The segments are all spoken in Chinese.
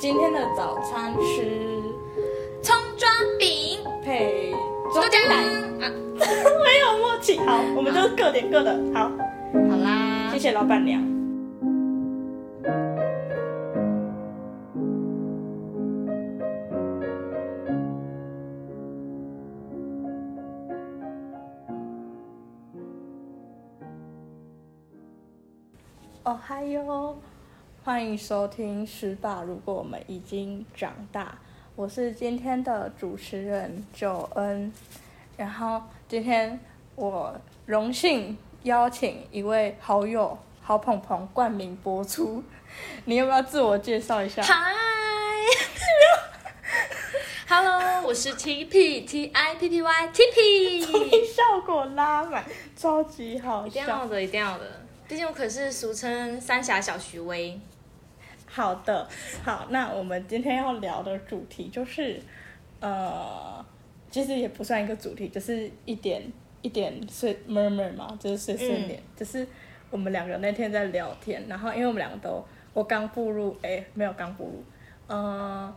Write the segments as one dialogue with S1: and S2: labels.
S1: 今天的早餐吃
S2: 葱抓饼，
S1: 配
S2: 豆
S1: 中
S2: 浆
S1: 间奶，
S2: 啊，
S1: 没有默契。好，我们就各点各的。好，
S2: 啊好啦
S1: 谢，谢老板娘。哦嗨哟！欢迎收听《失霸》，如果我们已经长大，我是今天的主持人九恩。然后今天我荣幸邀请一位好友好捧捧冠名播出，你要不要自我介绍一下？
S2: 嗨 ，Hello，我是 T P T I P P Y T P，
S1: 效果拉满，超级好
S2: 一定要
S1: 笑。
S2: 的，一定要的，毕竟我可是俗称三峡小徐威。
S1: 好的，好，那我们今天要聊的主题就是，呃，其实也不算一个主题，就是一点一点碎 murmur 嘛，就是碎碎念，
S2: 嗯
S1: 就是我们两个那天在聊天，然后因为我们两个都，我刚步入，哎、没有刚步入，呃，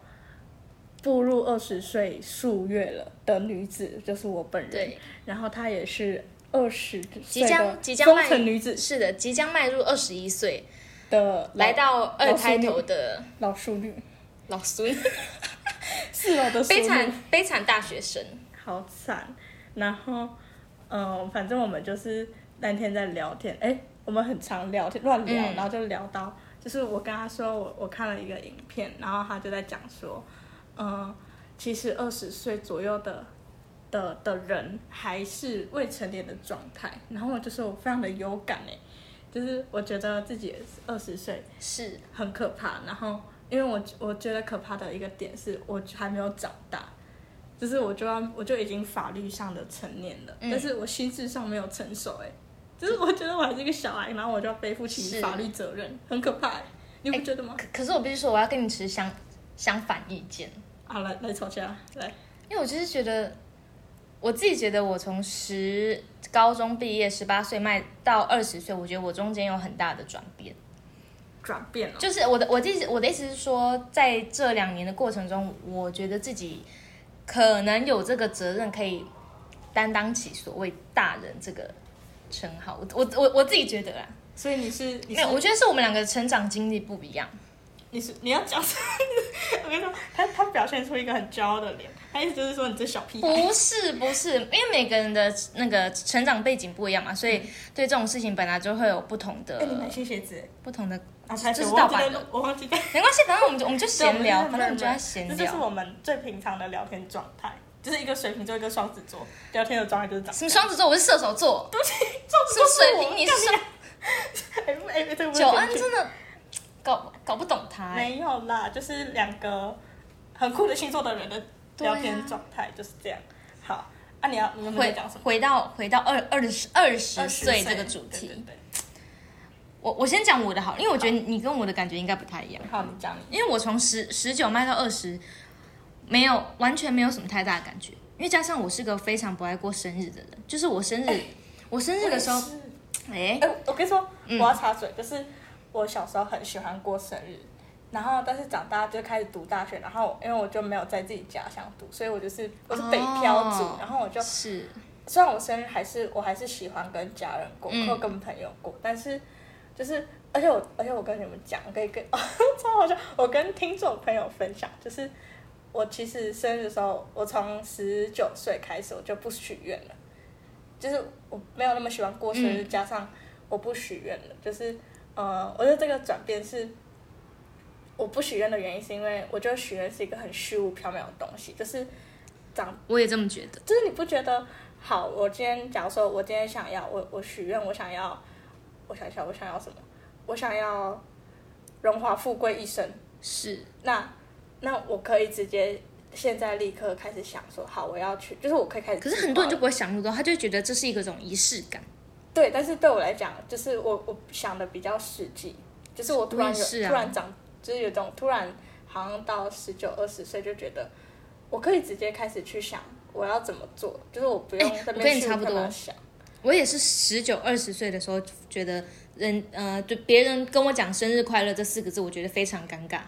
S1: 步入二十岁数月了的女子，就是我本人
S2: 对，
S1: 然后她也是二十
S2: 即
S1: 岁的
S2: 将即将
S1: 风
S2: 迈
S1: 尘女子
S2: 是的，即将迈入二十一岁，
S1: 的
S2: 来到二
S1: 老淑
S2: 开
S1: 女
S2: 头的
S1: 老淑女，
S2: 老孙，
S1: 四楼的淑女
S2: 悲惨悲惨大学生。
S1: 好惨。然后，嗯、反正我们就是那天在聊天，哎，我们很常聊天乱聊，
S2: 嗯
S1: 然后就聊到，就是我跟他说我我看了一个影片，然后他就在讲说，嗯、其实二十岁左右的。的的人还是未成年的状态，然后我就说我非常的有感哎，就是我觉得自己二十岁
S2: 是，
S1: 很可怕。然后，因为我我觉得可怕的一个点是我还没有长大，就是我就要我就已经法律上的成年了，
S2: 嗯
S1: 但是我心智上没有成熟、欸，哎，就是我觉得我还是一个小孩，然后我就要背负起
S2: 是
S1: 法律责任，很可怕、欸，你不觉得吗？
S2: 可可是我必须说，我要跟你持相相反意见，
S1: 啊，来来吵架，来，
S2: 因为我就是觉得，我自己觉得我从十高中毕业，十八岁迈到二十岁，我觉得我中间有很大的转变。
S1: 转变了，
S2: 就是我的我的意思，我的意思是说，在这两年的过程中，我觉得自己可能有这个责任可以担当起所谓大人这个称号。我我我我自己觉得啦，
S1: 所以你是你
S2: 没
S1: 是
S2: 有，我觉得是我们两个成长经历不一样。
S1: 你是你要讲什么，我跟你说，他他表现出一个很骄傲的脸，他意思就是说你这小屁孩，
S2: 不是不是，因为每个人的那个成长背景不一样嘛，所以对这种事情本来就会有不同的、
S1: 哎、嗯你买新鞋子，
S2: 不同的。
S1: 啊，拍手
S2: 这是
S1: 我忘
S2: 盗版
S1: 记
S2: 的
S1: 在录我忘记在
S2: 没关系，反正我们就我们就闲聊，反正我们就在闲
S1: 这就是
S2: 聊。
S1: 我们最平常的聊天状态，就是一个水瓶座，一个双子座，聊天的状态就是 这样。
S2: 什么双子座，我是射手座，
S1: 双
S2: 是水瓶，你是什么
S1: 哎哎，对不起，
S2: 九恩真的搞搞不懂他、欸。
S1: 没有啦，就是两个很酷的星座的人的
S2: 对啊
S1: 聊天状态就是这样。好，啊，你要你们在
S2: 回
S1: 讲什么？
S2: 回到回到二二十二十
S1: 20
S2: 岁这个主
S1: 对对
S2: 题，
S1: 对
S2: 我我先讲我的好，因为我觉得你跟我的感觉应该不太一样。
S1: 好，你讲你。
S2: 因为我从十十九迈到二十，没有完全没有什么太大的感觉，因为加上我是个非常不爱过生日的人，就是我生日，我生日的时候，
S1: 我也是
S2: 哎、
S1: 哎、我跟你说，我要插嘴，就是我小时候很喜欢过生日，然后但是长大就开始读大学，然后因为我就没有在自己家乡读，所以我就是我是北漂族，
S2: 哦
S1: 然后我就是虽然我生日还是我还是喜欢跟家人过，
S2: 嗯
S1: 或跟朋友过，但是就是而且我而且我跟你们讲，可以跟 超好笑，我跟听众朋友分享，就是我其实生日的时候，我从十九岁开始我就不许愿了，就是我没有那么喜欢过生日，
S2: 嗯
S1: 加上我不许愿了，就是呃，我觉得这个转变是。我不许愿的原因是因为我觉得许愿是一个很虚无缥缈的东西，就是长
S2: 我也这么觉得。
S1: 就是你不觉得好？我今天假如说我今天想要，我我许愿，我想要，我想一下，我想要什么？我想要荣华富贵一生。
S2: 是，
S1: 那那我可以直接现在立刻开始想说，好，我要去，就是我可以开始计
S2: 可
S1: 划了。
S2: 是很多人就不会想入到，他就会觉得这是一个种仪式感。
S1: 对，但是对我来讲，就是我我想的比较实际，就是我突然
S2: 我也是
S1: 有、
S2: 啊
S1: 突然长，就是有种突然好像到十九二十岁就觉得，我可以直接开始去想我要怎么做，就是我不用
S2: 哎
S1: 在那
S2: 我跟
S1: 边
S2: 你
S1: 去
S2: 差不多
S1: 干嘛想。
S2: 我也是十九二十岁的时候觉得人呃，就别人跟我讲生日快乐这四个字，我觉得非常尴尬。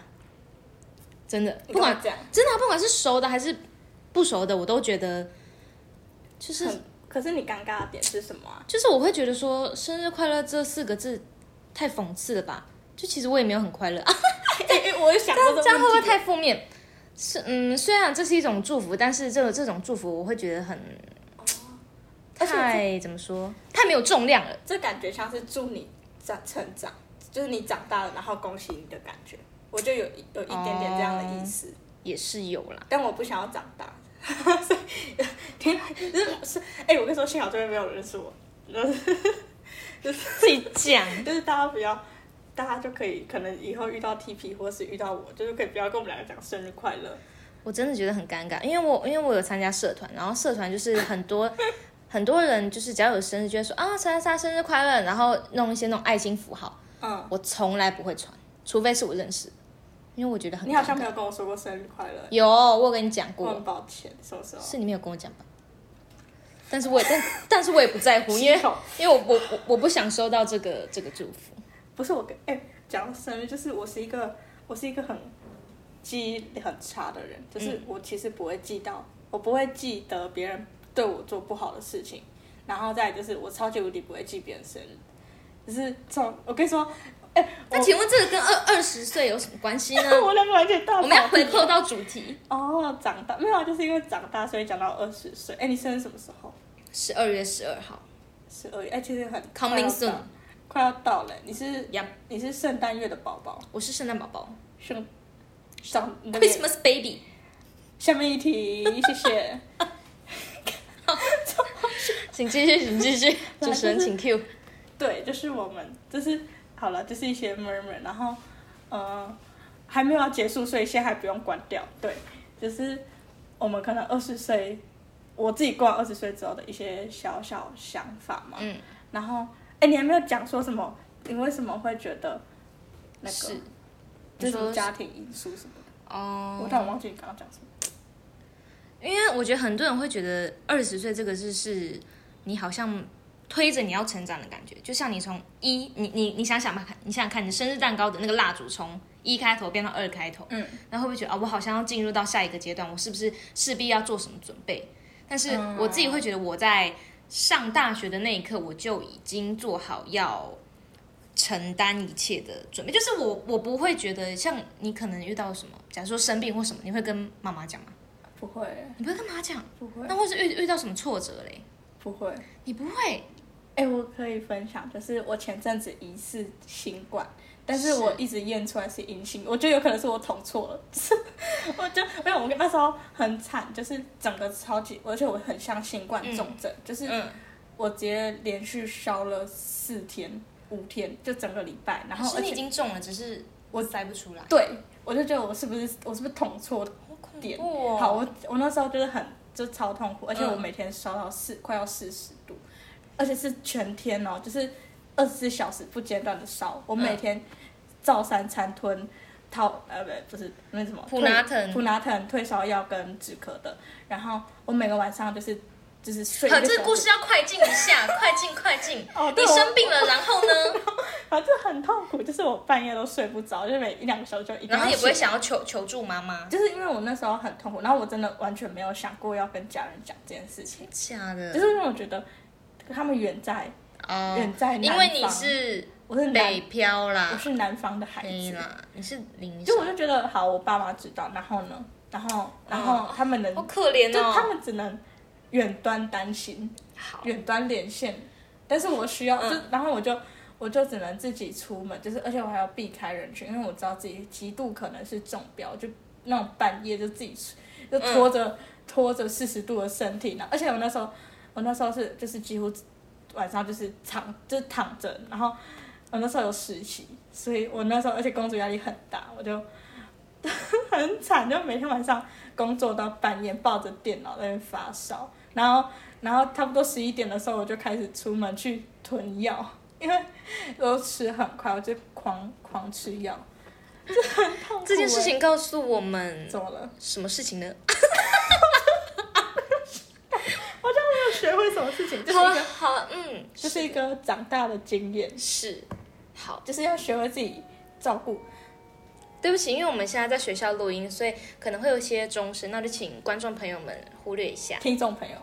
S2: 真的，
S1: 你
S2: 不管
S1: 跟我讲，
S2: 真的啊、不管是熟的还是不熟的，我都觉得就是
S1: 很可是你尴尬的点是什 么啊？
S2: 就是我会觉得说“生日快乐”这四个字太讽刺了吧？就其实我也没有很快乐啊，
S1: 哎、我有想过
S2: 这样会不会
S1: 问题
S2: 太负面？是嗯，虽然这是一种祝福，但是这个这种祝福我会觉得很
S1: 哦而且
S2: 太怎么说？太没有重量了。
S1: 这感觉像是祝你长成长，就是你长大了，然后恭喜你的感觉。我就有一有一点点这样的意思，
S2: 也是有啦，
S1: 但我不想要长大，所以 天就是是哎、我跟你说，幸好这边没有人是我，
S2: 自己讲。
S1: 就是大家不要，大家就可以可能以后遇到 TP 或是遇到我，就是可以不要跟我们两个讲生日快乐。
S2: 我真的觉得很尴尬，因为我因为我有参加社团，然后社团就是很 多很多人就是只要有生日就会说啊莎莎生日快乐，然后弄一些那种爱心符号，
S1: 嗯，
S2: 我从来不会传，除非是我认识的，因为我觉得很
S1: 你好像
S2: 尴尬
S1: 没有跟嗯我说过生日快乐，
S2: 有我有跟你讲
S1: 我
S2: 过
S1: 很，抱歉，什么时候？啊
S2: 是你没有跟我讲吧？但是我也但但是我也不在乎，因为
S1: 七口
S2: 因为我我我我不想收到这个这个祝福，
S1: 不是我跟哎讲、到生日，就是我是一个我是一个很记忆力很差的人，
S2: 嗯
S1: 就是我其实不会记到，我不会记得别人对我做不好的事情，然后再来就是我超级无敌不会记别人生日，只是从我跟你说，哎、
S2: 那请问这个跟二二十岁有什么关系呢？
S1: 我我两个完全大
S2: 我们要
S1: 跑
S2: 回扣到主题，
S1: 哦，长大没有啊，就是因为长大，所以讲到二十岁。哎、你生日什么时候？
S2: 十二月十二号
S1: 十二月。哎、其实很快要
S2: ，Coming
S1: 到
S2: soon。
S1: 快要到了。你是
S2: Yep
S1: 你是圣诞月的宝宝，
S2: 我是圣诞宝宝
S1: 圣长你的脸。
S2: ，Christmas baby。
S1: 下面一题，谢谢。
S2: 请继续，请继续， 主持人请 Q。
S1: 对，就是我们，就是好了，就是一些 murmur，然后呃还没有要结束，所以现在还不用关掉。对，就是我们可能二十岁，我自己过二十岁之后的一些小小想法嘛。
S2: 嗯，
S1: 然后，哎，你还没有讲说什么？你为什么会觉得那个？
S2: 是，
S1: 就
S2: 你
S1: 是
S2: 说
S1: 家庭因素什么的？我
S2: 哦
S1: 突，然忘记你刚刚讲什么。
S2: 因为我觉得很多人会觉得二十岁这个是是你好像推着你要成长的感觉，就像你从一，你你你想想吧，你想想看，你生日蛋糕的那个蜡烛从一开头变到二开头，
S1: 嗯，
S2: 然后会不会觉得啊、我好像要进入到下一个阶段，我是不是势必要做什么准备？但是我自己会觉得我在上大学的那一刻，我就已经做好要承担一切的准备，就是我我不会觉得像你可能遇到什么，假如说生病或什么，你会跟妈妈讲吗？
S1: 不会，
S2: 你不会跟妈妈讲，
S1: 不会，
S2: 那或是遇遇到什么挫折嘞？
S1: 不会。
S2: 你不会，
S1: 哎、我可以分享，就是我前阵子疑似新冠，但是我一直验出来是阴性，我觉得有可能是我捅错了，就是我就没有，我那时候很惨，就是整个超级，而且我很像新冠重症，就是
S2: 嗯，
S1: 我直接连续烧了四天、五天，就整个礼拜，然
S2: 可
S1: 后
S2: 是
S1: 而
S2: 你已
S1: 且
S2: 经中了，只是
S1: 我
S2: 塞不出来，
S1: 对我就觉得我是不是我是不是捅错
S2: 好恐
S1: 点
S2: 怖哦！
S1: 好，我我那时候就是很就超痛苦，而且我
S2: 嗯
S1: 每天烧到四、快要四十度，而且是全天哦，就是二十四小时不间断的烧。我每
S2: 嗯
S1: 天照三餐吞套呃不不是那什么
S2: 普拿
S1: 退
S2: 疼
S1: 普拿疼退烧药跟止咳的，然后我每个晚上就是就是睡一
S2: 好，
S1: 个
S2: 这
S1: 小
S2: 个故
S1: 时
S2: 事要快进一下，快进 快进。
S1: 哦对
S2: 你
S1: 我
S2: 生病了，然后 呢？
S1: 反正很痛苦，就是我半夜都睡不着，就是每一两个小时就一定
S2: 然
S1: 要
S2: 后也不会
S1: 醒
S2: 想要求求助妈妈。
S1: 就是因为我那时候很痛苦，然后我真的完全没有想过要跟家人讲这件事情，
S2: 真假的？
S1: 就是因为我觉得他们远在
S2: 哦
S1: 远，在南
S2: 因
S1: 方，
S2: 为你是
S1: 我是
S2: 北
S1: 南，
S2: 漂
S1: 我
S2: 啦，
S1: 是南方的孩
S2: 黑
S1: 子，
S2: 啦，你是零，
S1: 就我就觉得好，我爸妈知道，然后呢，然后然后他们能，
S2: 好可怜
S1: 就他
S2: 哦。
S1: 们只能远端担心，
S2: 好，
S1: 远端连线，但是我需要
S2: 嗯
S1: 就，然后我就我就只能自己出门，就是而且我还要避开人群，因为我知道自己极度可能是中标，就那种半夜就自己出就
S2: 嗯
S1: 拖着、拖着四十度的身体，然后而且我那时候我那时候是就是几乎晚上就是躺就是躺着，然后我那时候有实习，所以我那时候而且工作压力很大，我就 很惨，就每天晚上工作到半夜，抱着电脑在那边发烧，然后然后差不多十一点的时候我就开始出门去囤药，因为我吃很快，我就狂狂吃药，就很痛苦欸。欸
S2: 这件事情告诉我们
S1: 怎么了？
S2: 什么事情呢？
S1: 又学会什么事情？就是
S2: 好
S1: 一
S2: 了
S1: 个
S2: 好了，嗯，
S1: 啊就是一个长大的经验，
S2: 是好，
S1: 就是要学会自己照顾
S2: 对不起，因为我们现在在学校录音，所以可能会有一些钟声，那就请观众朋友们忽略一下，
S1: 听众朋友，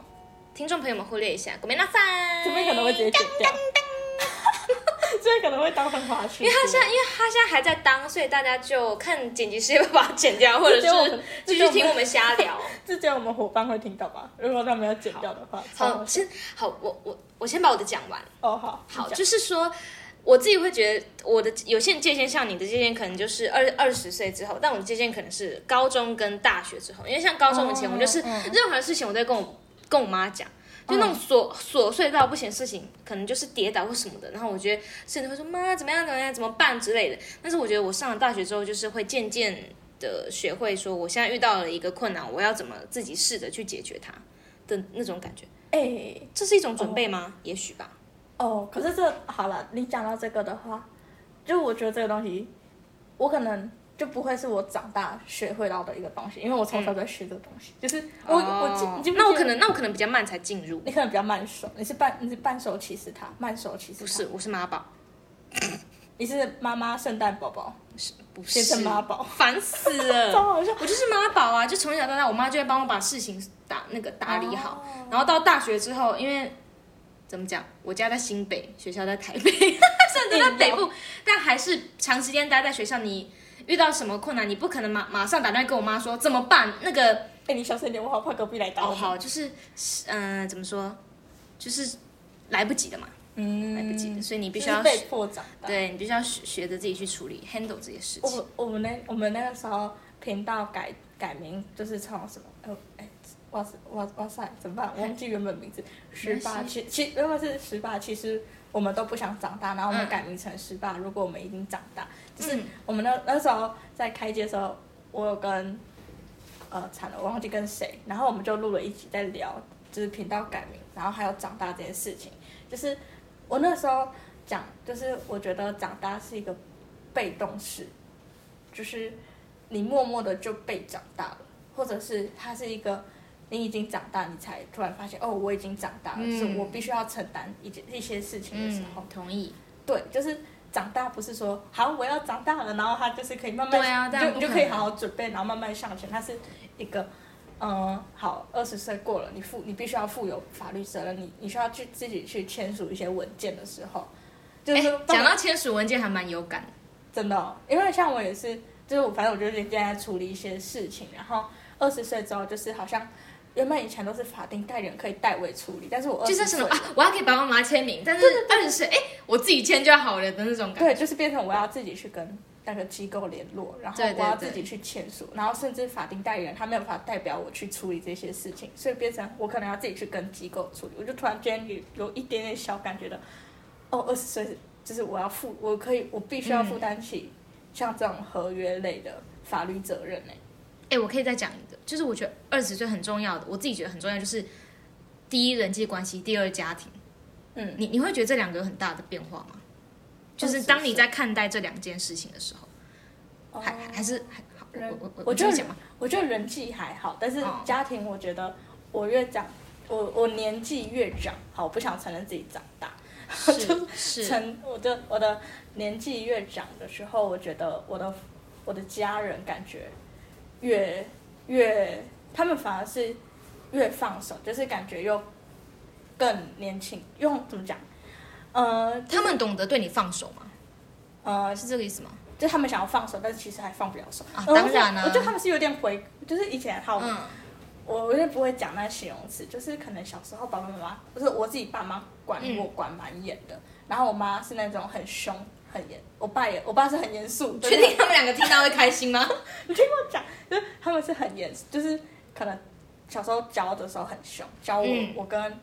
S2: 听众朋友们忽略一下。ごめんなさい。
S1: 这边可能会直接剪掉， 这边可能会当成花絮。
S2: 因为他现在，因为他现在还在当，所以大家就看剪辑师要不要把它剪掉，或者
S1: 这就我
S2: 是
S1: 们
S2: 继
S1: 这就我
S2: 续
S1: 们
S2: 听我们瞎 聊。
S1: 这只有我们伙伴会听到吧？如果他们要剪掉的话，超
S2: 好，先好，我我我先把我的讲完。
S1: 哦好
S2: 好，
S1: 你讲
S2: 就是说，我自己会觉得我的有些人界限，像你的界限可能就是二二十岁之后，但我的界限可能是高中跟大学之后，因为像高中以前，
S1: 哦
S2: 我就是
S1: 嗯
S2: 任何事情我都会跟我跟我妈讲。就那种琐琐碎到不行的事情，可能就是跌倒或什么的，然后我觉得甚至会说妈怎么样怎么样怎么办之类的。但是我觉得我上了大学之后，就是会渐渐的学会说，我现在遇到了一个困难，我要怎么自己试着去解决它的那种感觉。
S1: 哎、
S2: 这是一种准备吗？也许吧。
S1: 哦，可是这好了，你讲到这个的话，就我觉得这个东西，我可能就不会是我长大学会到的一个东西，因为我从小在学这个东西，就是我、我记，你记不记得
S2: 嗯哦那我可能那我可能比较慢才进入，
S1: 你可能比较慢手，你是半你是半手骑士他，慢手骑士
S2: 不
S1: 他，
S2: 是，我是妈宝，
S1: 你是妈妈圣诞宝宝，
S2: 不是呃
S1: 变成妈，宝，
S2: 烦死
S1: 超
S2: 了。
S1: 好笑。
S2: 我就是妈宝啊，就从小到大，我妈就会帮我把事情打那个打理好。
S1: 哦
S2: 然后到大学之后，因为怎么讲，我家在新北，学校在台 北，甚至在北
S1: 哦
S2: 部，但还是长时间待在学校，你遇到什么困难，你不可能马马上打电话跟我妈说怎么办，那个
S1: 哎、你小声一点，我好怕隔壁来打
S2: 哦，
S1: 我。
S2: 好，就是嗯、呃怎么说，就是来不及的嘛，
S1: 嗯
S2: 来不及的，所以你必须
S1: 就是
S2: 要
S1: 被迫长大。
S2: 对你必须要学学着自己去处理 handle 这些事情。
S1: 我我们那我们那个时候频道改改名就是从什么呃哎哇塞哇哇塞怎么办？我忘记原本名字十
S2: 哎没
S1: 八
S2: 关系
S1: 其其原本是十八，其实我们都不想长大，然后我们
S2: 嗯
S1: 改名成十八、如果我们已经长大，就是
S2: 嗯
S1: 我们那那时候在开机的时候，我有跟呃惨了，我忘记跟谁，然后我们就录了一集在聊，就是频道改名，然后还有长大这件事情，就是我那时候讲，就是我觉得长大是一个被动式，就是你默默的就被长大了，或者是它是一个你已经长大，你才突然发现哦，我已经长大了，
S2: 嗯
S1: 是我必须要承担一件一些事情的时
S2: 嗯
S1: 候，，
S2: 同意。
S1: 对，就是长大不是说好我要长大了，然后他就是可以慢慢，
S2: 对啊
S1: 你
S2: 当然
S1: 就
S2: 不
S1: 你就
S2: 可
S1: 可以
S2: 能
S1: 好好准备，然后慢慢向前。它是一个，嗯，好，二十岁过了，你负你必须要负有法律责任，你你需要去自己去签署一些文件的时候，就是
S2: 哎
S1: 说，
S2: 讲到签署文件还蛮有感的。
S1: 真的哦、因为像我也是，就是我反正我就是现在处理一些事情，然后二十岁之后就是好像原本以前都是法定代理人可以代为处理，但是我二
S2: 就
S1: 十
S2: 是什
S1: 岁
S2: 么。啊，我还可以帮我妈签名，但是二十岁，哎，我自己签就好了的那种感觉。
S1: 对，就是变成我要自己去跟那个机构联络，然后
S2: 对对
S1: 我要
S2: 对
S1: 自己去签署，然后甚至法定代理人他没有办法代表我去处理这些事情，所以变成我可能要自己去跟机构处理。我就突然间有有一点点小感觉的，哦，二十岁就是我要负，我可以，我必须要
S2: 嗯
S1: 负担起像这种合约类的法律责任呢、
S2: 哎，我可以再讲一个，就是我觉得二十岁很重要的，我自己觉得很重要，就是第一人际关系，第二家庭。
S1: 嗯
S2: 你你会觉得这两个有很大的变化吗？就是
S1: 20
S2: 当你
S1: 岁
S2: 在看待这两件事情的时候，
S1: 哦
S2: 还还还是还好，我我我
S1: 我
S2: 继
S1: 觉
S2: 续
S1: 得
S2: 讲吧。
S1: 我觉得人际还好，但是
S2: 哦
S1: 家庭，我觉得我越长，我我年纪越长，好，我不想承认自己长大。
S2: 是是，
S1: 成我的我的年纪越长的时候，我觉得我的我的家人感觉越越，他们反而是越放手，就是感觉又更年轻，用怎么讲？呃，
S2: 他们懂得对你放手吗？
S1: 呃，
S2: 是这个意思吗？
S1: 就他们想要放手，但是其实还放不了手。
S2: 啊
S1: 呃
S2: 当然啊
S1: 我觉得我觉得他们是有点回，就是以前好，
S2: 嗯，
S1: 我有点不会讲那形容词，就是可能小时候爸爸妈妈，不是我自己爸妈管
S2: 嗯
S1: 我管蛮严的，然后我妈是那种很凶很严，我爸也我爸是很严 肃，
S2: 确定他们两个听到会开心吗？
S1: 你听我讲，就是他们是很严，就是可能小时候教的时候很凶，教我、
S2: 嗯
S1: 我跟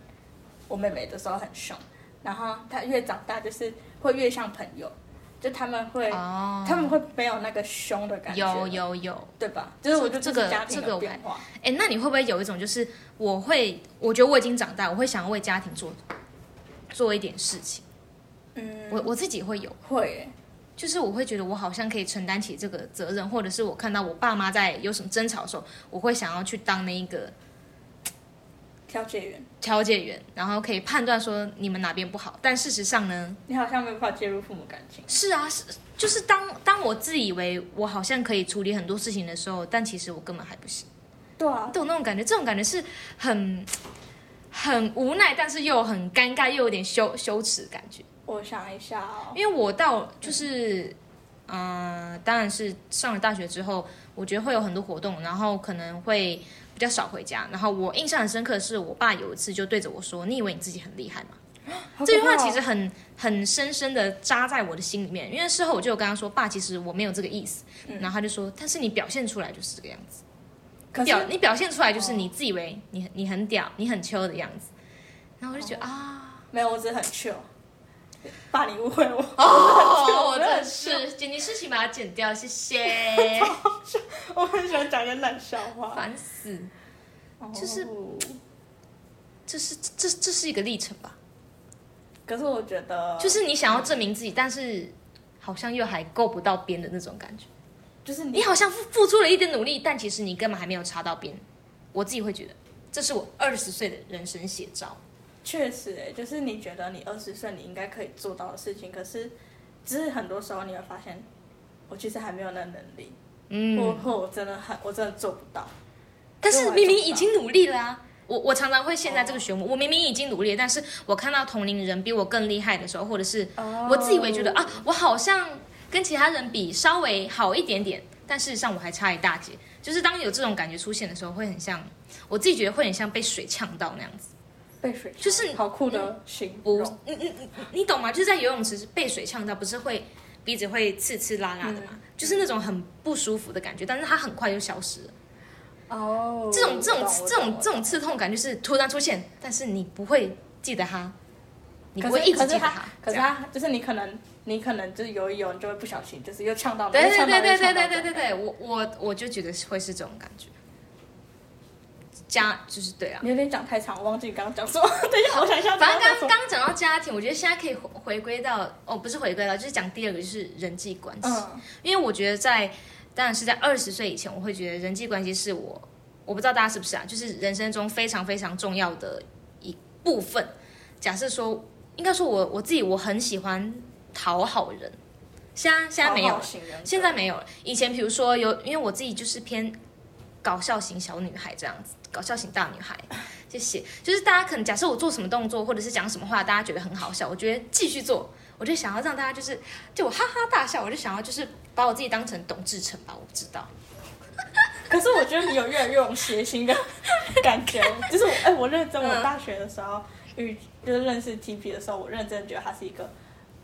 S1: 我妹妹的时候很凶，然后她越长大就是会越像朋友，就他们会、
S2: 哦
S1: 他们会没有那个凶的感觉，
S2: 有有有，
S1: 对吧？就是我觉得
S2: 这
S1: 是
S2: 个
S1: 家庭
S2: 这个
S1: 的
S2: 我
S1: 变化，
S2: 哎、那你会不会有一种就是我会，我觉得我已经长大，我会想要为家庭做做一点事情。
S1: 嗯，
S2: 我我自己会有，
S1: 会耶、
S2: 就是我会觉得我好像可以承担起这个责任，或者是我看到我爸妈在有什么争吵的时候，我会想要去当那一个
S1: 调解员，
S2: 调解员，然后可以判断说你们哪边不好。但事实上呢，
S1: 你好像没有办法介入父母感情，
S2: 是啊，是就是当当当我自以为我好像可以处理很多事情的时候，但其实我根本还不行。
S1: 对啊，
S2: 懂那种感觉，这种感觉是很很无奈，但是又很尴尬，又有点羞羞耻的感觉。
S1: 我想一下哦，
S2: 因为我到就是，嗯、当然是上了大学之后，我觉得会有很多活动，然后可能会比较少回家。然后我印象很深刻的是，我爸有一次就对着我说：“你以为你自己很厉害吗？”
S1: 好
S2: 这句
S1: 可怕
S2: 话
S1: 哦
S2: 其实很很深深的扎在我的心里面，因为事后我就有跟他说：“爸，其实我没有这个意思。
S1: 嗯
S2: 然后他就说：“但是你表现出来就是这个样子。”
S1: 可
S2: 表
S1: 是
S2: 你表现出来就是你自以为你很你很屌，你很秋的样子。然后我就觉得啊，
S1: 没有，我只是很 chill。爸，你误会我，
S2: 哦，我
S1: 我
S2: 真
S1: 真
S2: 的
S1: 的
S2: 是剪辑事情把它剪掉，谢谢，
S1: 我很喜欢讲一些烂笑话，哦
S2: 烦死。
S1: 就是。
S2: 这是这这是一个历程吧，
S1: 可是我觉得，
S2: 就是是你想要证明自己，但是好像又还够不到边的那种感觉。
S1: 就是
S2: 你
S1: 你，
S2: 好像付付出了一点努力，但其实你根本还没有插到边。我自己会觉得，这是我二十岁的人生写照。
S1: 确实、欸，就是你觉得你二十岁你应该可以做到的事情，可是，只是很多时候你会发现，我其实还没有那能力，或
S2: 嗯，
S1: 或我真的很，我真的做不到。
S2: 但是明明已经努力了啊！我我常常会陷在这个漩涡，我明明已经努力了，但是我看到同龄人比我更厉害的时候，或者是
S1: 哦
S2: 我自以为觉得、啊，我好像跟其他人比稍微好一点点，但事实上我还差一大截。就是当有这种感觉出现的时候，会很像我自己觉得会很像被水呛到那样子。
S1: 被水呛
S2: 就是嗯
S1: 好酷的形
S2: 不
S1: 容，，
S2: 你你你你懂吗？就是在游泳池被水呛到，不是会鼻子会刺刺啦啦的嘛，就是那种很不舒服的感觉，但是它很快就消失了。
S1: 哦，
S2: 这种这种
S1: 我懂
S2: 这种
S1: 我懂
S2: 这种刺痛感就是突然出现，但是你不会记得它，你不会
S1: 可是
S2: 一直记得它。
S1: 可是
S2: 这样
S1: 他就是你可能你可能就是游一游，你就会不小心就是又呛到了，
S2: 对
S1: 又
S2: 对
S1: 呛到
S2: 对
S1: 了又
S2: 对
S1: 呛
S2: 对
S1: 到
S2: 对
S1: 了
S2: 对对对，我我我就觉得会是这种感觉，家就是对啊。
S1: 你有点讲太长，我忘记你刚刚讲什么。 等一下，我想一下。
S2: 反正
S1: 刚
S2: 刚刚讲到家庭，我觉得现在可以回回归到哦，不是回归到，就是讲第二个就是人际关系。
S1: 嗯，
S2: 因为我觉得在，当然是在二十岁以前，我会觉得人际关系是我，我不知道大家是不是啊，就是人生中非常非常重要的一部分。假设说，应该说我我自己我很喜欢讨好人，现在现在没有
S1: 好
S2: 了
S1: 好，形容
S2: 现在没有了。以前比如说有，因为我自己就是偏搞笑型小女孩这样子，搞笑型大女孩。谢谢。就是大家可能假设我做什么动作或者是讲什么话，大家觉得很好笑，我觉得继续做，我就想要让大家就是就我哈哈大笑，我就想要就是把我自己当成董志成吧，我不知道。
S1: 可是我觉得你有越来越有谐星的感觉，就是我哎、我认真，
S2: 嗯
S1: 我大学的时候遇就是认识 TP 的时候，我认真觉得他是一个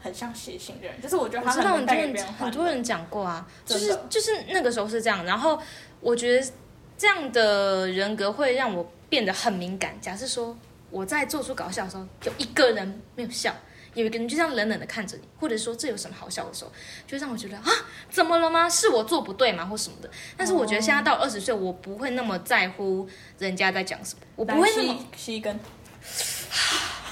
S1: 很像谐星的人，就是我觉得
S2: 我
S1: 他
S2: 知
S1: 很
S2: 道
S1: 能
S2: 很多
S1: 带给
S2: 人
S1: 别人
S2: 很
S1: 欢
S2: 多
S1: 乐。
S2: 人讲过啊，就
S1: 真
S2: 是
S1: 的
S2: 就是那个时候是这样，然后我觉得这样的人格会让我变得很敏感。假设说我在做出搞笑的时候，有一个人没有笑，有一个人就这样冷冷的看着你，或者说这有什么好笑的时候，就让我觉得啊，怎么了吗？是我做不对吗？或什么的。但是我觉得
S1: 哦
S2: 现在到二十岁，我不会那么在乎人家在讲什么，我
S1: 我
S2: 不会那么
S1: 吸吸一根，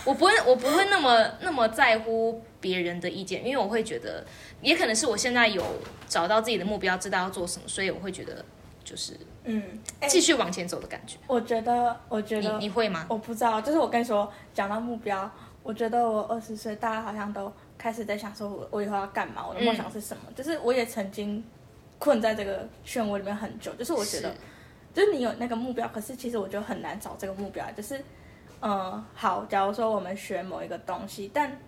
S2: 我不会，我不会那么那么在乎别人的意见，因为我会觉得，也可能是我现在有找到自己的目标，知道要做什么，所以我会觉得就是
S1: 嗯，哎、
S2: 继续往前走的感觉。
S1: 我觉得，我觉
S2: 你
S1: 得
S2: 你会吗？
S1: 我不知道，就是我跟你说，讲到目标，我觉得我二十岁，大家好像都开始在想说我我以后要干嘛，我的梦想是什么。就是我也曾经困在这个漩涡里面很久，就是我觉得，就是你有那个目标，可是其实我就很难找这个目标，就是，呃，好，假如说我们学某一个东西，但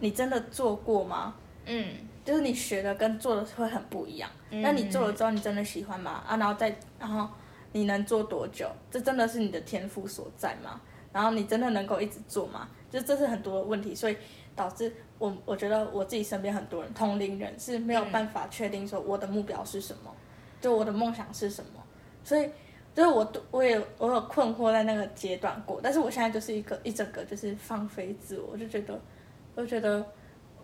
S1: 你真的做过吗？
S2: 嗯，
S1: 就是你学的跟做的会很不一样。
S2: 嗯
S1: 那你做了之后，你真的喜欢吗？啊，然后再然后你能做多久？这真的是你的天赋所在吗？然后你真的能够一直做吗？就这是很多的问题，所以导致我我觉得我自己身边很多人同龄人是没有办法确定说我的目标是什么，就我的梦想是什么，所以。就是我都，我也我有困惑在那个阶段过，但是我现在就是一个一整个就是放飞自我，我就觉得，我就觉得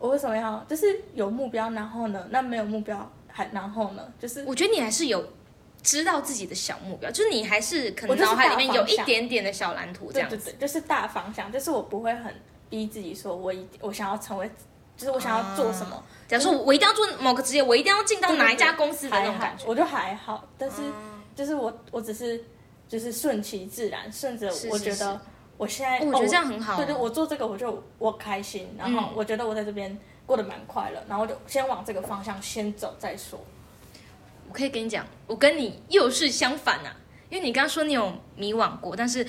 S1: 我为什么要就是有目标，然后呢？那没有目标还然后呢？就是
S2: 我觉得你还是有知道自己的小目标，就是你还是可能
S1: 我就是
S2: 脑海里面有
S1: 大方
S2: 一
S1: 向
S2: 点点的小蓝图这
S1: 对
S2: 样
S1: 对
S2: 子。
S1: 对，就是大方向，就是我不会很逼自己说我一我想要成为，就是我想要做什么，
S2: 假如说我一定要做某个职业，我一定要进到
S1: 对对
S2: 哪一家
S1: 对
S2: 公司的那
S1: 还
S2: 种
S1: 好
S2: 感觉。，啊
S1: 我就还好，但是就是我我只是就是顺其自然，顺着
S2: 是
S1: 我
S2: 是
S1: 觉
S2: 是
S1: 得我现在
S2: 哦我觉得这样很好
S1: 对对，我做这个我就我开心，然后
S2: 嗯
S1: 我觉得我在这边过得蛮快乐，然后就先往这个方向先走再说。
S2: 我可以跟你讲，我跟你又是相反啊，因为你刚刚说你有迷惘过，但是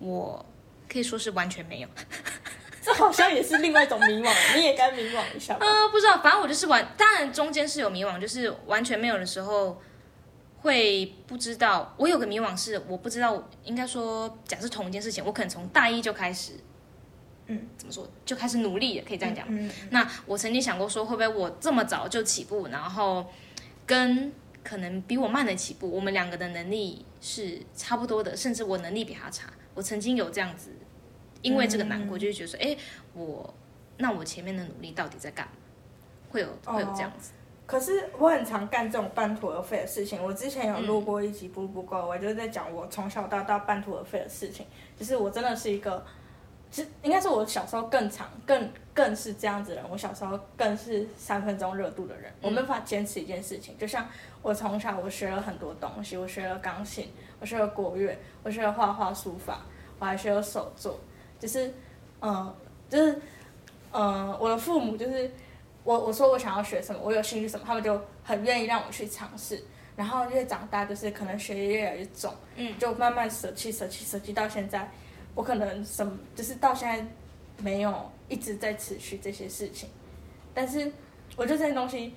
S2: 我可以说是完全没有。
S1: 这好像也是另外一种迷惘，你也该迷惘一下吧。
S2: 呃，不知道，反正我就是完，当然中间是有迷惘，就是完全没有的时候会不知道。我有个迷惘是我不知道，应该说，假设同一件事情，我可能从大一就开始，
S1: 嗯，
S2: 怎么说就开始努力了，可以这样讲。
S1: 嗯，
S2: 那我曾经想过说，会不会我这么早就起步，然后跟可能比我慢的起步，我们两个的能力是差不多的，甚至我能力比他差。我曾经有这样子，因为这个难过，就会觉得说，哎、我那我前面的努力到底在干嘛？会有会有这样子，
S1: 可是我很常干这种半途而废的事情。我之前有录过一集《不不够》，我就是在讲我从小到大半途而废的事情。就是我真的是一个，其实应该是我小时候更长、更更是这样子的人。我小时候更是三分钟热度的人，我没办法坚持一件事情。就像我从小我学了很多东西，我学了钢琴，我学了国乐，我学了画画、书法，我还学了手作。就是，嗯、就是，嗯、我的父母就是。我我说我想要学什么，我有兴趣什么，他们就很愿意让我去尝试。然后越长大，就是可能学业越来越重，
S2: 嗯，
S1: 就慢慢舍弃、舍弃、舍弃，到现在，我可能什么就是到现在没有一直在持续这些事情。但是我觉得这些东西，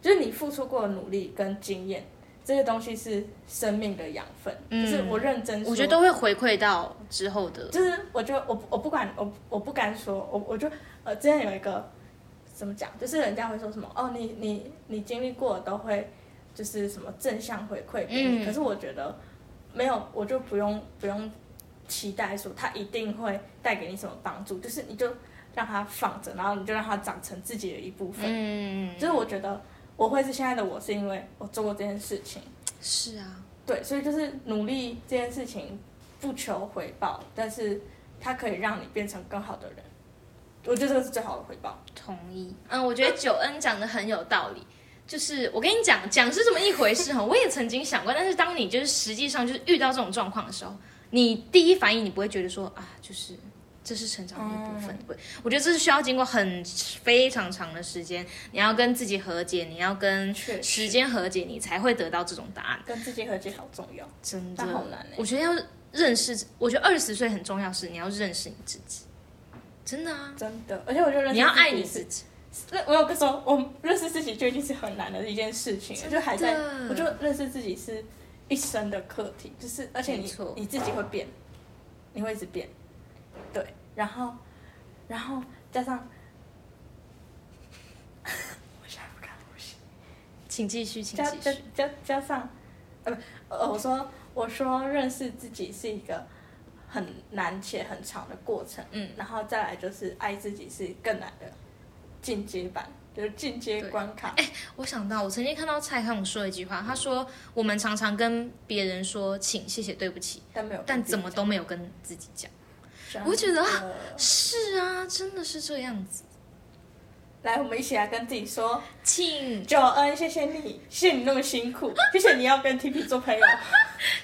S1: 就是你付出过的努力跟经验，这些东西是生命的养分。
S2: 嗯
S1: 就是我认真说，
S2: 我觉得都会回馈到之后的，
S1: 就是我觉得我我不管我我不敢说，我我就呃之前有一个怎么讲，就是人家会说什么哦，你你你经历过的都会就是什么正向回馈给你，
S2: 嗯
S1: 可是我觉得没有，我就不用不用期待说它一定会带给你什么帮助，就是你就让它放着，然后你就让它长成自己的一部分。
S2: 嗯，
S1: 就是我觉得我会是现在的我，是因为我做过这件事情。
S2: 是啊，
S1: 对，所以就是努力这件事情不求回报，但是它可以让你变成更好的人。我觉得这个是最好的回报。
S2: 同意。嗯，我觉得九恩讲的很有道理。就是我跟你讲，讲是这么一回事哈，我也曾经想过，但是当你就是实际上就是遇到这种状况的时候，你第一反应你不会觉得说啊，就是这是成长的一部分，不会。我觉得这是需要经过很非常长的时间，你要跟自己和解，你要跟
S1: 确
S2: 时间和解，你才会得到这种答案。
S1: 跟自己和解好重要，
S2: 嗯真的
S1: 但，好难哎、
S2: 我觉得要认识，我觉得二十岁很重要是你要认识你自己，真的啊，
S1: 真的。而且我觉得
S2: 你要爱你
S1: 自己
S2: 自己。
S1: 是，那我有跟你说，我认识自己就已经是很难的一件事情了，就还在
S2: 真，的
S1: 我就认识自己是一生的课题，就是而且
S2: 没
S1: 你
S2: 错
S1: 你自己会变，你会一直变，对，然后然后加上，我现在不敢呼吸。
S2: 请继续，请
S1: 加
S2: 继
S1: 加
S2: 续。
S1: 加加上，呃不，呃我说我说认识自己是一个很难且很长的过程，
S2: 嗯
S1: 然后再来就是爱自己是更难的进阶版，就是进阶
S2: 对哎
S1: 关卡。
S2: 我想到，我曾经看到蔡康永说一句话，他说：“我们常常跟别人说‘请’‘谢嗯谢’‘对嗯不起
S1: 但没有，’，
S2: 但怎么都没有跟自己讲。
S1: 真
S2: 我觉得
S1: 的
S2: 是啊，真的是这样子。
S1: 来，我们一起来跟自己说，
S2: 请
S1: 九恩，谢谢你，谢谢你那么辛苦，谢谢你要跟 T P 做朋友。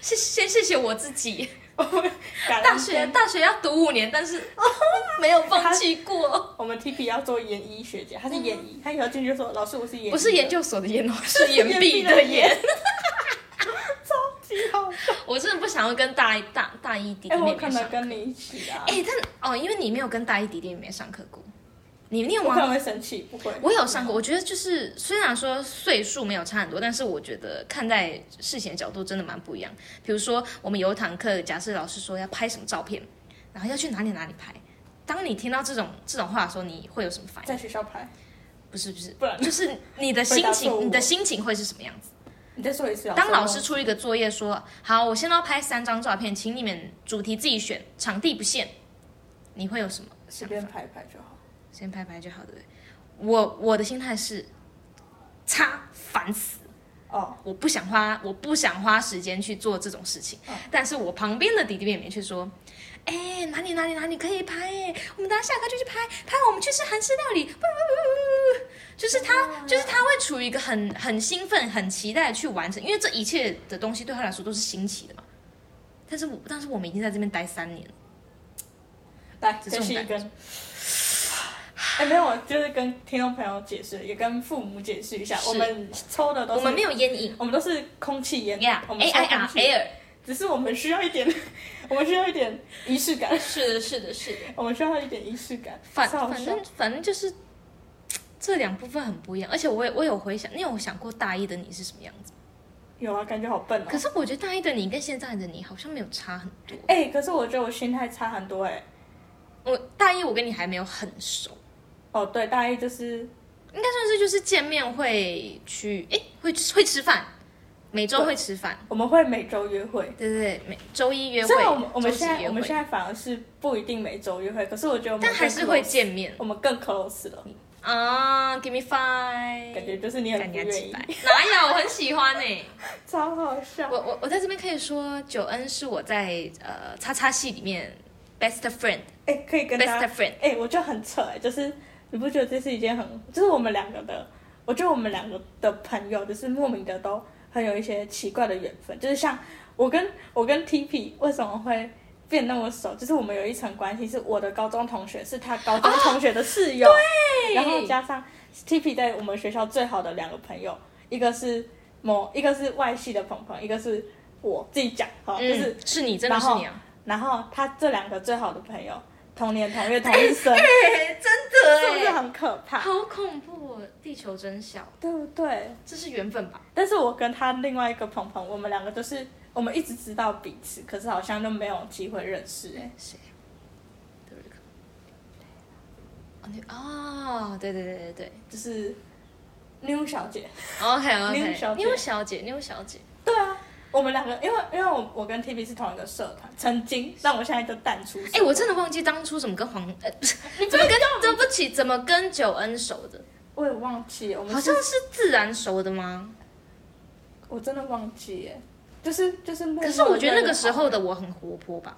S2: 谢先谢谢我自己。
S1: 我们感恩
S2: 大学
S1: 天
S2: 大学要读五年，但是 没有放弃 过。
S1: 我们 T P 要做研一学姐，她是研一，她以后进去就说老师我是研一的，
S2: 嗯不是研究所的研哦， 是
S1: 研
S2: 研
S1: 毕
S2: 毕
S1: 的
S2: 的
S1: 研
S2: 研。
S1: 极好笑。
S2: 我真的不想要跟大一大大一弟弟
S1: 哎，
S2: 妹
S1: 我
S2: 妹
S1: 可
S2: 上
S1: 能
S2: 课。
S1: 跟你一起啊。
S2: 哎、但哦，因为你没有跟大一弟弟妹妹上课过，你你有
S1: 我
S2: 吗
S1: 可？能会生气，不会。
S2: 我有上过，我觉得就是虽然说岁数没有差很多，但是我觉得看待事情的角度真的蛮不一样。比如说，我们有一堂课，假设老师说要拍什么照片，然后要去哪里哪里拍，当你听到这种这种话的时候，你会有什么反应？
S1: 在学校拍。
S2: 不是不是，
S1: 不然呢
S2: 就是你的
S1: 回
S2: 心
S1: 答错误
S2: 情，你的心情会是什么样子？
S1: 你再说一次啊。
S2: 当
S1: 说
S2: 老师出一个作业说：“好，我现在要拍三张照片，请你们主题自己选，场地不限。”你会有什么
S1: 随
S2: 想
S1: 便
S2: 法？
S1: 拍一拍就好。
S2: 先拍拍就好，对不对？我我的心态是，擦，烦死了。
S1: 哦，
S2: 我不想花，我不想花时间去做这种事情。
S1: 嗯
S2: 但是我旁边的弟弟妹妹却说：“哎、哪里哪里哪里可以拍、哎，我们等下下课就去拍，拍完我们去吃韩式料理。”不不不不不，就是他，就是他会处于一个很很兴奋、很期待去完成，因为这一切的东西对他来说都是新奇的嘛。但是我，但是我们已经在这边待三年了，
S1: 来
S2: 这
S1: 再
S2: 种
S1: 吸一
S2: 感觉
S1: 根。哎、没有，就是跟听众朋友解释，也跟父母解释一下，
S2: 是
S1: 我们抽的都是
S2: 我们没有烟瘾
S1: 我们都是空气烟我们
S2: ，Yeah，A
S1: 抽
S2: I
S1: 空
S2: R
S1: 气
S2: air，
S1: 只是我们需要一点， 我们需要一点仪式感，
S2: 是的，是的，是的。
S1: 我们需要一点仪式感。
S2: 反
S1: 超好
S2: 反
S1: 笑
S2: 正反正就是这两部分很不一样，而且我也我有回想，你有想过大一的你是什么样子吗？
S1: 有啊，感觉好笨哦。
S2: 可是我觉得大一的你跟现在的你好像没有差很多。
S1: 哎、可是我觉得我心态差很多哎、
S2: 我大一我跟你还没有很熟，
S1: 哦，对，大一就是
S2: 应该算是就是见面会去，哎，会吃会吃饭，每周会吃饭，
S1: 我们会每周约会，
S2: 对对对，每周一约会，
S1: 虽然我们我们
S2: 周几
S1: 现在
S2: 约
S1: 我们现
S2: 会，
S1: 在反而是不一定每周约会，可是我觉得我们
S2: 但还是
S1: 更
S2: 会
S1: close，
S2: 见面
S1: 我们更 close 了，
S2: 啊。Give me five，
S1: 感觉就是你很
S2: 感
S1: 不
S2: 觉
S1: 愿
S2: 几
S1: 意
S2: 百，，哪有？我很喜欢欸呢、
S1: 超好笑
S2: 我。我我在这边可以说，九恩是我在呃叉叉系里面 best friend，best
S1: 哎、可以跟大家，
S2: friend，
S1: 哎、我觉得很扯哎、就是你不觉得这是一件很，就是我们两个的，我觉得我们两个的朋友就是莫名的都很有一些奇怪的缘分，就是像我跟我跟 TP 为什么会。变那么熟，就是我们有一层关系，是我的高中同学，是他高中同学的室友，对然后加上 TP 在我们学校最好的两个朋友，一个是某，一个是外系的鹏鹏，一个是我自己讲，好，就
S2: 嗯，
S1: 是
S2: 是你，真的是你 啊，
S1: 然后他这两个最好的朋友，同年同月同日生，是不
S2: 真
S1: 是很可怕？
S2: 好恐怖、哦，地球真小，
S1: 对不对？
S2: 这是缘分吧？
S1: 但是我跟他另外一个鹏鹏，我们两个就是我们一直知道彼此，可是好像都没有机会认识哎、
S2: 谁啊？德瑞克哦，你哦，对对对对对
S1: 就是妞小姐。
S2: ，OK
S1: 妞
S2: OK，
S1: 小姐
S2: 妞小姐，妞小姐，
S1: 对啊，我们两个因为因为我我跟 T B 是同一个社团，曾经，但我现在就淡出。
S2: 哎、我真的忘记当初怎么跟黄，呃，不是，怎么跟对不起，怎么跟九恩熟的？
S1: 我也忘记了，我们
S2: 好
S1: 是
S2: 像是自然熟的吗？
S1: 我真的忘记哎、就是就是默默地认
S2: 可是
S1: 识他。
S2: 我觉得那个时候的我很活泼吧。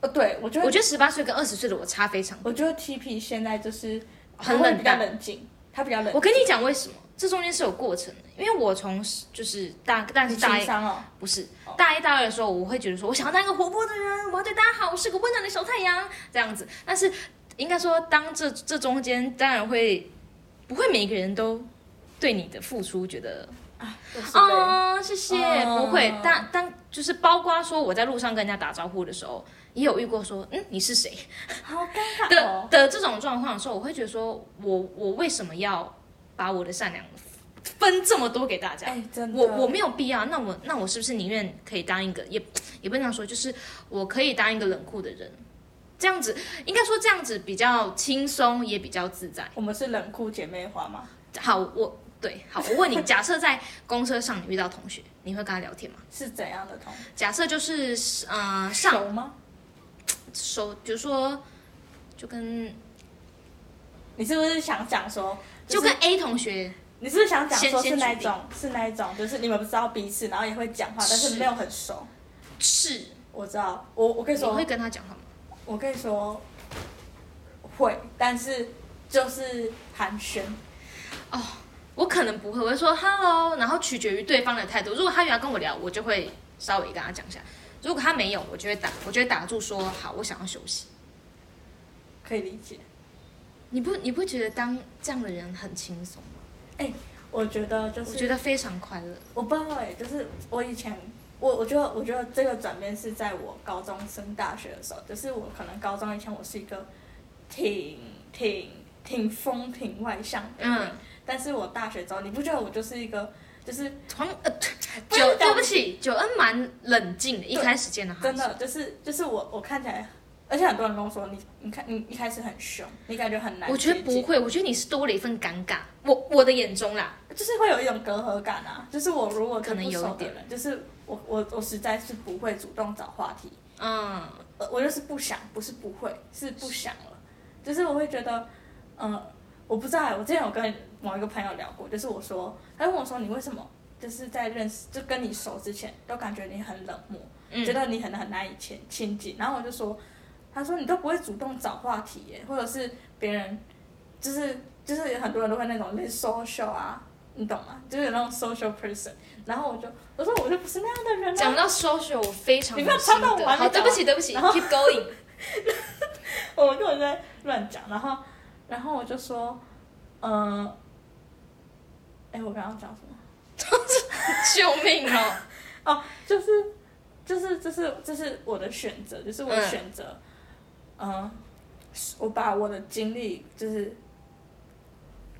S1: 哦，对我觉得
S2: 我觉得十八岁跟二十岁的我差非常多。
S1: 我觉得 T P 现在就是
S2: 很
S1: 他会
S2: 冷
S1: 比较
S2: 淡
S1: 冷静，他比较冷静。
S2: 我跟你讲为什么？这中间是有过程的，因为我从就是大，但是大
S1: 情
S2: 一
S1: 商哦，
S2: 不是
S1: 哦
S2: 大一大二的时候，我会觉得说我想要当一个活泼的人，我要对大家好，我是个温暖的小太阳这样子。但是应该说，当这这中间当然会不会每个人都对你的付出觉得
S1: 哦，
S2: 哎哦，谢谢，
S1: 嗯
S2: 不会。但但就是包括说我在路上跟人家打招呼的时候，也有遇过说嗯你是谁。
S1: 好尴 尬
S2: 的
S1: 哦。
S2: 的这种状况的时候，我会觉得说我我为什么要把我的善良分这么多给大家？
S1: 哎，真的，
S2: 我我没有必要，那我那我是不是宁愿可以当一个也也不能说，就是我可以当一个冷酷的人，这样子应该说这样子比较轻松，也比较自在。
S1: 我们是冷酷姐妹花嘛？
S2: 好，我对好，我问你，假设在公车上你遇到同学，你会跟他聊天吗？
S1: 是怎样的同
S2: 假设就是嗯、呃、上
S1: 熟吗？
S2: 手，比如说就跟
S1: 你是不是想讲说，
S2: 就是跟 A 同学
S1: 你是不是想讲说
S2: 先
S1: 是
S2: 先
S1: 那
S2: 举例
S1: 种是那一种，就是你们不知道彼此，然后也会讲话，但是
S2: 是
S1: 没有很熟。
S2: 是，
S1: 我知道，我我跟你
S2: 你
S1: 说
S2: 会，跟他讲话吗？
S1: 我跟你说会，但是就是寒暄，
S2: 我可能不会，我会说 hello，然后取决于对方的态度。如果他原来跟我聊，我就会稍微跟他讲一下；如果他没有，我就会打，我就会打住说好，我想要休息。
S1: 可以理解。
S2: 你不你不觉得当这样的人很轻松吗？
S1: 我觉得就是，
S2: 我觉得非常快乐。
S1: 我不知道哎、就是我以前，我我觉得我觉得这个转变是在我高中升大学的时候，就是我可能高中以前我是一个挺挺挺疯挺外向的人，
S2: 嗯，
S1: 但是我大学之后，你不觉得我就是一个就是
S2: 黄呃
S1: 不
S2: 九
S1: 能
S2: 对
S1: 讲
S2: 不起，九恩蛮冷静的，一开始见到他
S1: 真的就是就是我我看起来，而且很多人跟我说你你看你一开始很凶，你感觉很难
S2: 我觉得
S1: 接
S2: 不
S1: 近
S2: 会，我觉得你是多了一份尴尬。我我的眼中啦，
S1: 就是会有一种隔阂感啊，就是我如果
S2: 可能
S1: 跟不
S2: 有
S1: 熟
S2: 一
S1: 的
S2: 点
S1: 人，就是我我我实在是不会主动找话题，
S2: 嗯，
S1: 呃，我就是不想，不是不会，是不想了。就是我会觉得，嗯，我不知道欸，我之前有跟某一个朋友聊过，就是我说，他问我说你为什么就是在认识就跟你熟之前都感觉你很冷漠，
S2: 嗯
S1: 觉得你很很难以亲亲近，然后我就说，他说你都不会主动找话题耶，或者是别人就是就是有很多人都会那种类似 social 啊。你懂吗？就是有那种 social person，然后我就我说我就不是那样的人、啊，
S2: 讲到 social，我非常
S1: 你不要
S2: 有心
S1: 插到
S2: 得
S1: 我还没
S2: 好，对不
S1: 讲
S2: 起对不起
S1: 然后
S2: ，keep going。
S1: 我们根本就在乱讲。然后然后我就说，呃，哎，我刚刚讲什么？
S2: 救命哦！
S1: 哦，就是就是这是这是我的选择，就是我
S2: 嗯
S1: 选择，嗯、我把我的精力就是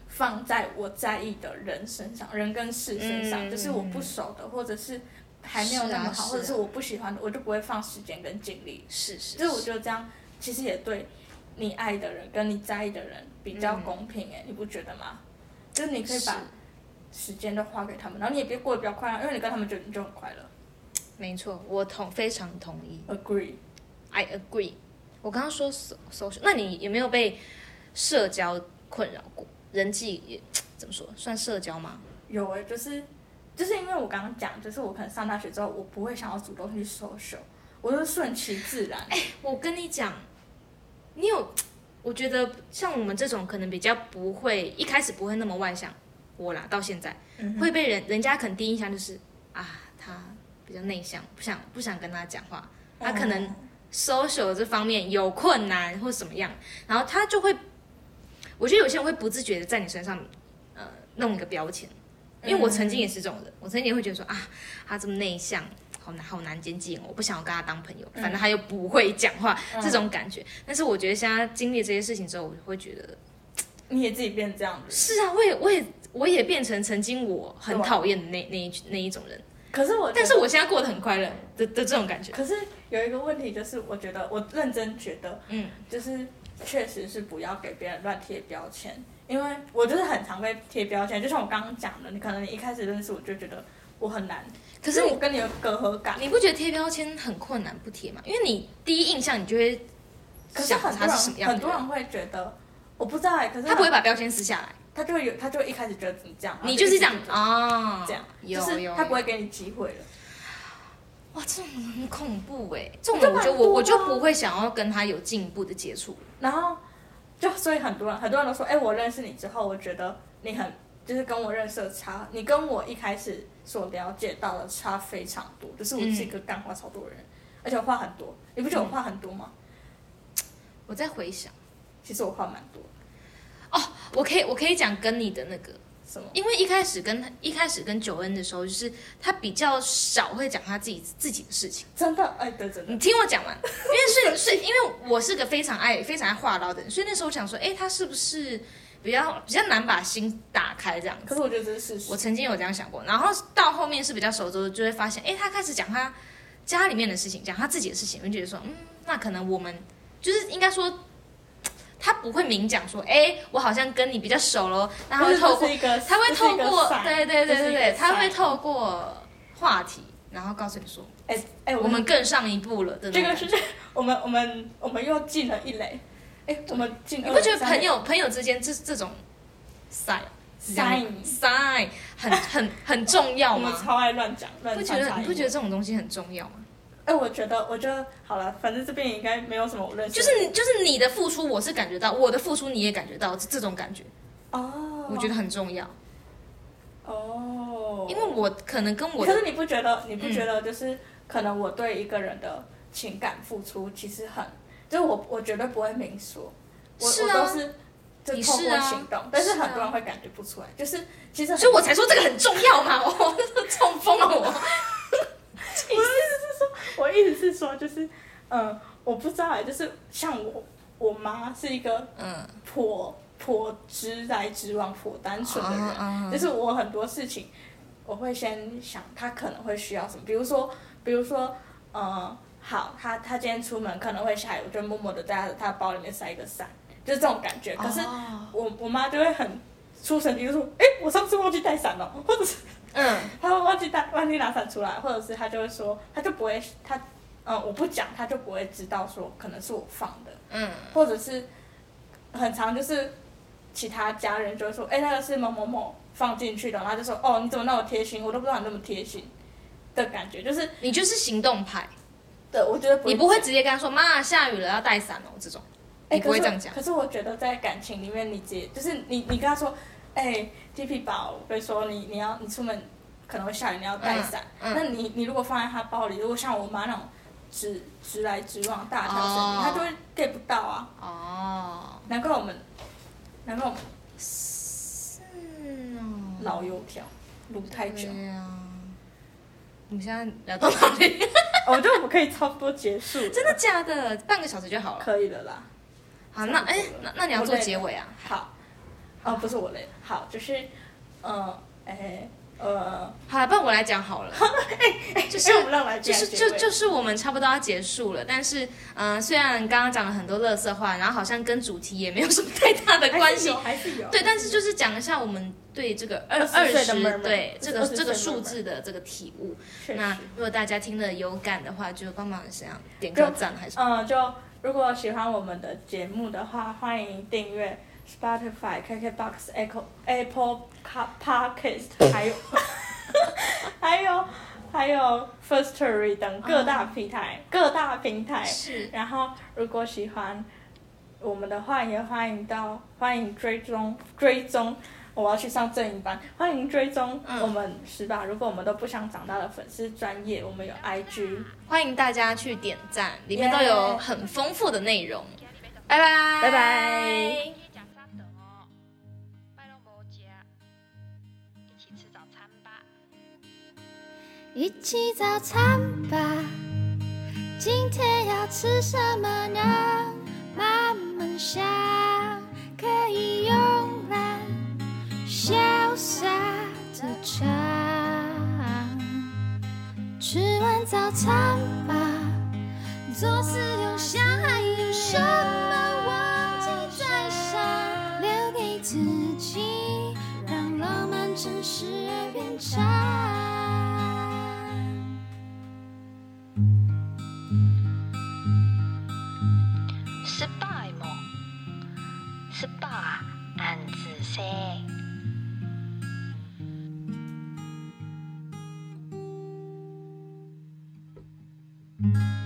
S1: 放在我在意的人身上，人跟事身上，
S2: 嗯
S1: 就是我不熟的，或者是还没有那么好，
S2: 是啊
S1: 或者
S2: 是
S1: 是
S2: 啊
S1: 我不喜欢的，我就不会放时间跟精力。
S2: 是是，
S1: 就是我觉得这样其实也对你爱的人跟你在意的人比较
S2: 嗯
S1: 公平、哎、你不觉得吗？就是你
S2: 你
S1: 可以把时间都花给他们，然后你也别过得比较快乐，因为你跟他们就你就很快乐。
S2: 没错，我同非常同意
S1: Agree。
S2: ，I agree。我刚刚说 so- social，那你有没有被社交困扰过？人际也怎么说，算社交吗？
S1: 有诶、就是就是因为我刚刚讲，就是我可能上大学之后，我不会想要主动去 social，我就是顺其自然。
S2: 我跟你讲，你有，我觉得像我们这种可能比较不会，一开始不会那么外向，我啦到现在、
S1: 嗯
S2: 会被人人家可能第一印象就是啊，他比较内向，不想不想跟他讲话，他可能 social 这方面有困难或怎么样，然后他就会，我觉得有些人会不自觉的在你身上，呃，弄一个标签。因为我曾经也是这种人，我曾经也会觉得说啊，他这么内向，好难好难接近哦，我不想要跟他当朋友，反正他又不会讲话，这种感觉。但是我觉得现在经历这些事情之后，我会觉得
S1: 你也自己变这样子。
S2: 是啊，我也我也我也变成曾经我很
S1: 对啊
S2: 讨厌的那那一那一种人，
S1: 可是我觉得，
S2: 但是我现在过得很快乐的的这种感觉。
S1: 可是有一个问题就是，我觉得我认真觉得，
S2: 嗯，
S1: 就是确实是不要给别人乱贴标签，因为我就是很常被贴标签，就像我刚刚讲的，你可能一开始认识我就觉得我很难，
S2: 可是
S1: 因为
S2: 你
S1: 我跟你有隔阂感。
S2: 你不觉得贴标签很困难不贴吗？因为你第一印象你就会
S1: 可是
S2: 想
S1: 很多
S2: 他是什么
S1: 人
S2: 样
S1: 很
S2: 的
S1: 多
S2: 人，
S1: 人会觉得，我不知道哎、可是
S2: 他不会把标签撕下来，
S1: 他就会有，他就一开始觉得你这样，
S2: 你就是这样
S1: 然后
S2: 啊，
S1: 就一直这样，
S2: 有
S1: 就是
S2: 有
S1: 他不会
S2: 有
S1: 给你机会了。
S2: 哇，这种人很恐怖哎、这种人我就
S1: 这蛮多啊
S2: 我我就不会想要跟他有进一步的接触。
S1: 然后就所以很多人很多人都说，哎、我认识你之后，我觉得你很就是跟我认识的差，你跟我一开始所了解到的差非常多，就是我是一个干话超多的人，而且我话很多，你不觉得我话很多吗？
S2: 我在回想，
S1: 其实我话蛮多的，
S2: 我可以我可以讲跟你的那个，
S1: 什么？
S2: 因为一开始跟他一开始跟九恩的时候，就是他比较少会讲他自己自己的事情。
S1: 真的，哎、对，真
S2: 你
S1: 的，
S2: 听我讲完， 因为是是因为我是个非常爱非常爱话唠的人，所以那时候我想说，哎，他是不是比较比较难把心打开这样子
S1: 可？是我觉得这是事实
S2: 我。曾经有这样想过，然后到后面是比较熟之后，就会发现，哎，他开始讲他家里面的事情，讲他自己的事情，我就觉得说，嗯，那可能我们就是应该说，他不会明讲说，哎，我好像跟你比较熟咯，那他会透
S1: 这
S2: 过，
S1: 是一个，
S2: 他会透过，
S1: 这是一个 sign，
S2: 对对对
S1: 这是
S2: 对
S1: 一个
S2: 对，他
S1: sign
S2: 会透过话题，然后告诉你说，
S1: 哎、哎、
S2: 我
S1: 我们
S2: 们更上一步了的
S1: 这
S2: 那
S1: 个
S2: 种
S1: 是
S2: 感觉。
S1: 我们我们我们又进了一垒，哎、我们进
S2: 你
S1: 二垒，
S2: 不觉得
S1: 三垒
S2: 朋友朋友之间这这种 sign
S1: sign
S2: sign 很很很重要
S1: 我们
S2: 吗？
S1: 超爱乱讲，乱
S2: 不觉得
S1: 穿插
S2: 你不觉得
S1: 英
S2: 这种东西很重要吗？
S1: 文？哎、我觉得，我觉得好了，反正这边也应该没有什么我认识
S2: 就
S1: 的。
S2: 是你就是你的付出，我是感觉到，我的付出你也感觉到，这这种感觉，
S1: 哦，
S2: 我觉得很重要，
S1: 哦，
S2: 因为我可能跟我
S1: 可
S2: 的嗯
S1: 是你不觉得，你不觉得就是可能我对一个人的情感付出其实很，就是我我绝对不会明说，我、
S2: 是
S1: 我
S2: 啊
S1: 都是就
S2: 你
S1: 透
S2: 是
S1: 过
S2: 啊
S1: 行动，但是
S2: 是啊
S1: 很多人会感觉不出来，就是其实很
S2: 所以我才说这个很重要嘛， 我中风了我。
S1: 我意思是说，就是嗯、呃我不知道欸，就是像我我妈是一个
S2: 嗯，
S1: 颇颇直来直往、颇单纯的人，
S2: 啊
S1: 就是我很多事情我会先想她可能会需要什么，比如说，比如说，呃，好，她她今天出门可能会下雨，我就默默的在她她包里面塞一个伞，就是这种感觉。可是
S2: 哦
S1: 我我妈就会很出神经，就说，哎、我上次忘记带伞了，哦或者是。
S2: 嗯，
S1: 他会忘记带忘记拿伞出来，或者是他就会说，他就不会他嗯我不讲，他就不会知道说可能是我放的，
S2: 嗯，
S1: 或者是很常就是其他家人就会说，哎、那个是某某某放进去的，然后他就说哦你怎么那么贴心，我都不知道你那么贴心的感觉，就是
S2: 你就是行动派，
S1: 对我觉得不
S2: 你不会直接跟他说妈下雨了要带伞哦这种，
S1: 哎
S2: 你不会这样讲
S1: 可是我可是我觉得在感情里面，你姐就是你，你跟他说，哎、t P 宝，比如说你你要你出门可能会下雨，你要带伞。
S2: 嗯嗯
S1: 那你你如果放在他包里，如果像我妈那种直直来直往大条神
S2: 哦
S1: 明，他就会 get 不到啊。
S2: 哦，
S1: 难怪我们然后
S2: 嗯哦，
S1: 老油条卤太久，
S2: 对啊。我们现在聊到哪里？
S1: 哦我觉得我们可以差不多结束了，
S2: 真的假的？半个小时就好了。
S1: 可以了啦。
S2: 好，那哎、那那你要做结尾啊？
S1: 好，哦，不是我累了，好，就是，呃，哎，呃，
S2: 好了，不然我来讲好了。就是
S1: 哎我们让来宾
S2: 就
S1: 来
S2: 是
S1: 结
S2: 就
S1: 尾
S2: 就是我们差不多要结束了，但是嗯、呃虽然刚刚讲了很多乐色话，然后好像跟主题也没有什么太大的关
S1: 还是
S2: 系，
S1: 有还是有，
S2: 对，但是就是讲一下我们对这个二二
S1: 20岁的
S2: 十
S1: murmur，
S2: 对这个
S1: 20岁
S2: 这个
S1: 的
S2: 数
S1: murmur
S2: 字的这个体悟。
S1: 确
S2: 那
S1: 实。
S2: 如果大家听了有感的话，就帮忙想点个赞还是
S1: 嗯，就如果喜欢我们的节目的话，欢迎订阅 Spotify、KKBox、Apple Apple Car- Podcast，还有 还有还有 Firstory 等各大平台、各大平台。
S2: 嗯是
S1: 然后，如果喜欢我们的话，也欢迎到欢迎追踪追踪。我要去上正音班，欢迎追踪
S2: 嗯
S1: 我们十八、如果我们都不想长大的粉丝专业，我们有 IG，
S2: 欢迎大家去点赞，里面都
S1: Yeah
S2: 有很丰富的内容。拜拜
S1: 拜拜。
S3: 一起讲三顿哦，麦拢无食，一起吃早餐吧。
S4: 一起早餐吧，今天要吃什么呢？慢慢想，可以慵懒潇洒的尝。吃完早餐吧，做事又想还有什么忘记再想，留给自己，让浪漫真实而变长。
S3: 失败梦，失败暗自说。
S4: 「